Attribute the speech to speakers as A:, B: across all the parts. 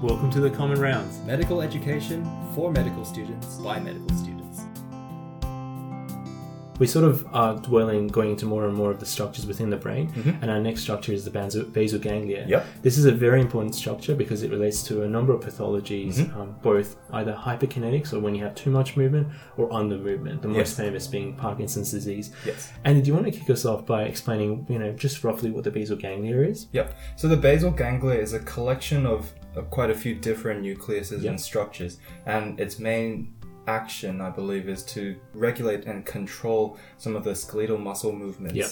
A: Welcome to the Common Rounds.
B: Medical education for medical students by medical students.
A: We sort of are dwelling, going into more and more of the structures within the brain,
B: Mhm.
A: and our next structure is the baso- basal ganglia.
B: Yep.
A: This is a very important structure because it relates to a number of pathologies,
B: Mhm.
A: um, both either hyperkinetics or when you have too much movement or under movement, the most
B: Yes.
A: famous being Parkinson's disease.
B: Yes.
A: And do you want to kick us off by explaining, you know, just roughly what the basal ganglia is?
B: Yep. So the basal ganglia is a collection of, of quite a few different nucleuses
A: Yep.
B: and structures, and its main action, I believe, is to regulate and control some of the skeletal muscle movements.
A: Yep.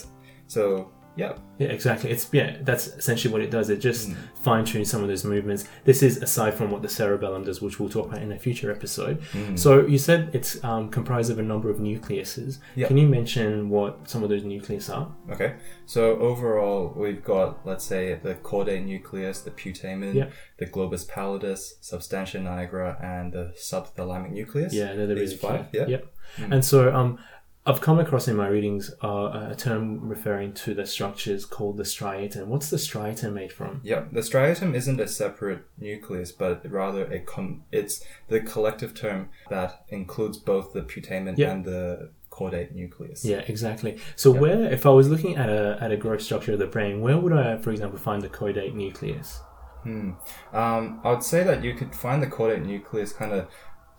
B: So, yeah.
A: Yeah, exactly. It's yeah, that's essentially what it does. It just
B: Mm.
A: fine tunes some of those movements. This is aside from what the cerebellum does, which we'll talk about in a future episode.
B: Mm.
A: So you said it's um, comprised of a number of nucleuses.
B: Yeah.
A: Can you mention what some of those nucleuses are?
B: Okay. So overall, we've got, let's say, the caudate nucleus, the putamen,
A: Yep.
B: the globus pallidus, substantia nigra, and the subthalamic nucleus.
A: Yeah, they're the
B: These
A: really
B: five.
A: key.
B: Yeah. Mm.
A: Yep. And so um, I've come across in my readings uh, a term referring to the structures called the striatum. What's the striatum made from?
B: Yeah, the striatum isn't a separate nucleus, but rather a com- it's the collective term that includes both the putamen
A: Yeah.
B: and the caudate nucleus.
A: Yeah, exactly. So where, if I was looking at a at a growth structure of the brain, where would I, for example, find the caudate nucleus?
B: Um, I would say that you could find the caudate nucleus kind of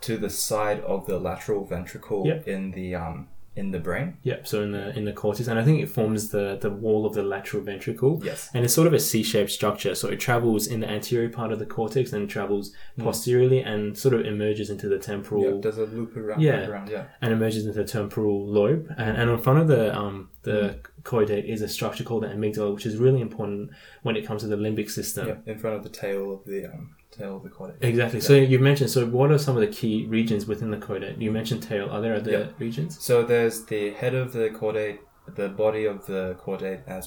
B: to the side of the lateral ventricle
A: Yeah.
B: in the um, in the brain.
A: Yep. So in the in the cortex, and I think it forms the the wall of the lateral ventricle.
B: Yes.
A: And it's sort of a C-shaped structure, so it travels in the anterior part of the cortex and travels posteriorly and sort of emerges into the temporal.
B: Yeah, there's a loop around.
A: Yeah.
B: around yeah.
A: and emerges into the temporal lobe, and, and in front of the um, the caudate is a structure called the amygdala, which is really important when it comes to the limbic system.
B: yeah, in front of the tail of the um, tail of the caudate.
A: Exactly. So you mentioned. So what are some of the key regions within the caudate? You mentioned tail. Are there other
B: Yeah.
A: regions?
B: So there's the head of the caudate, the body of the caudate, as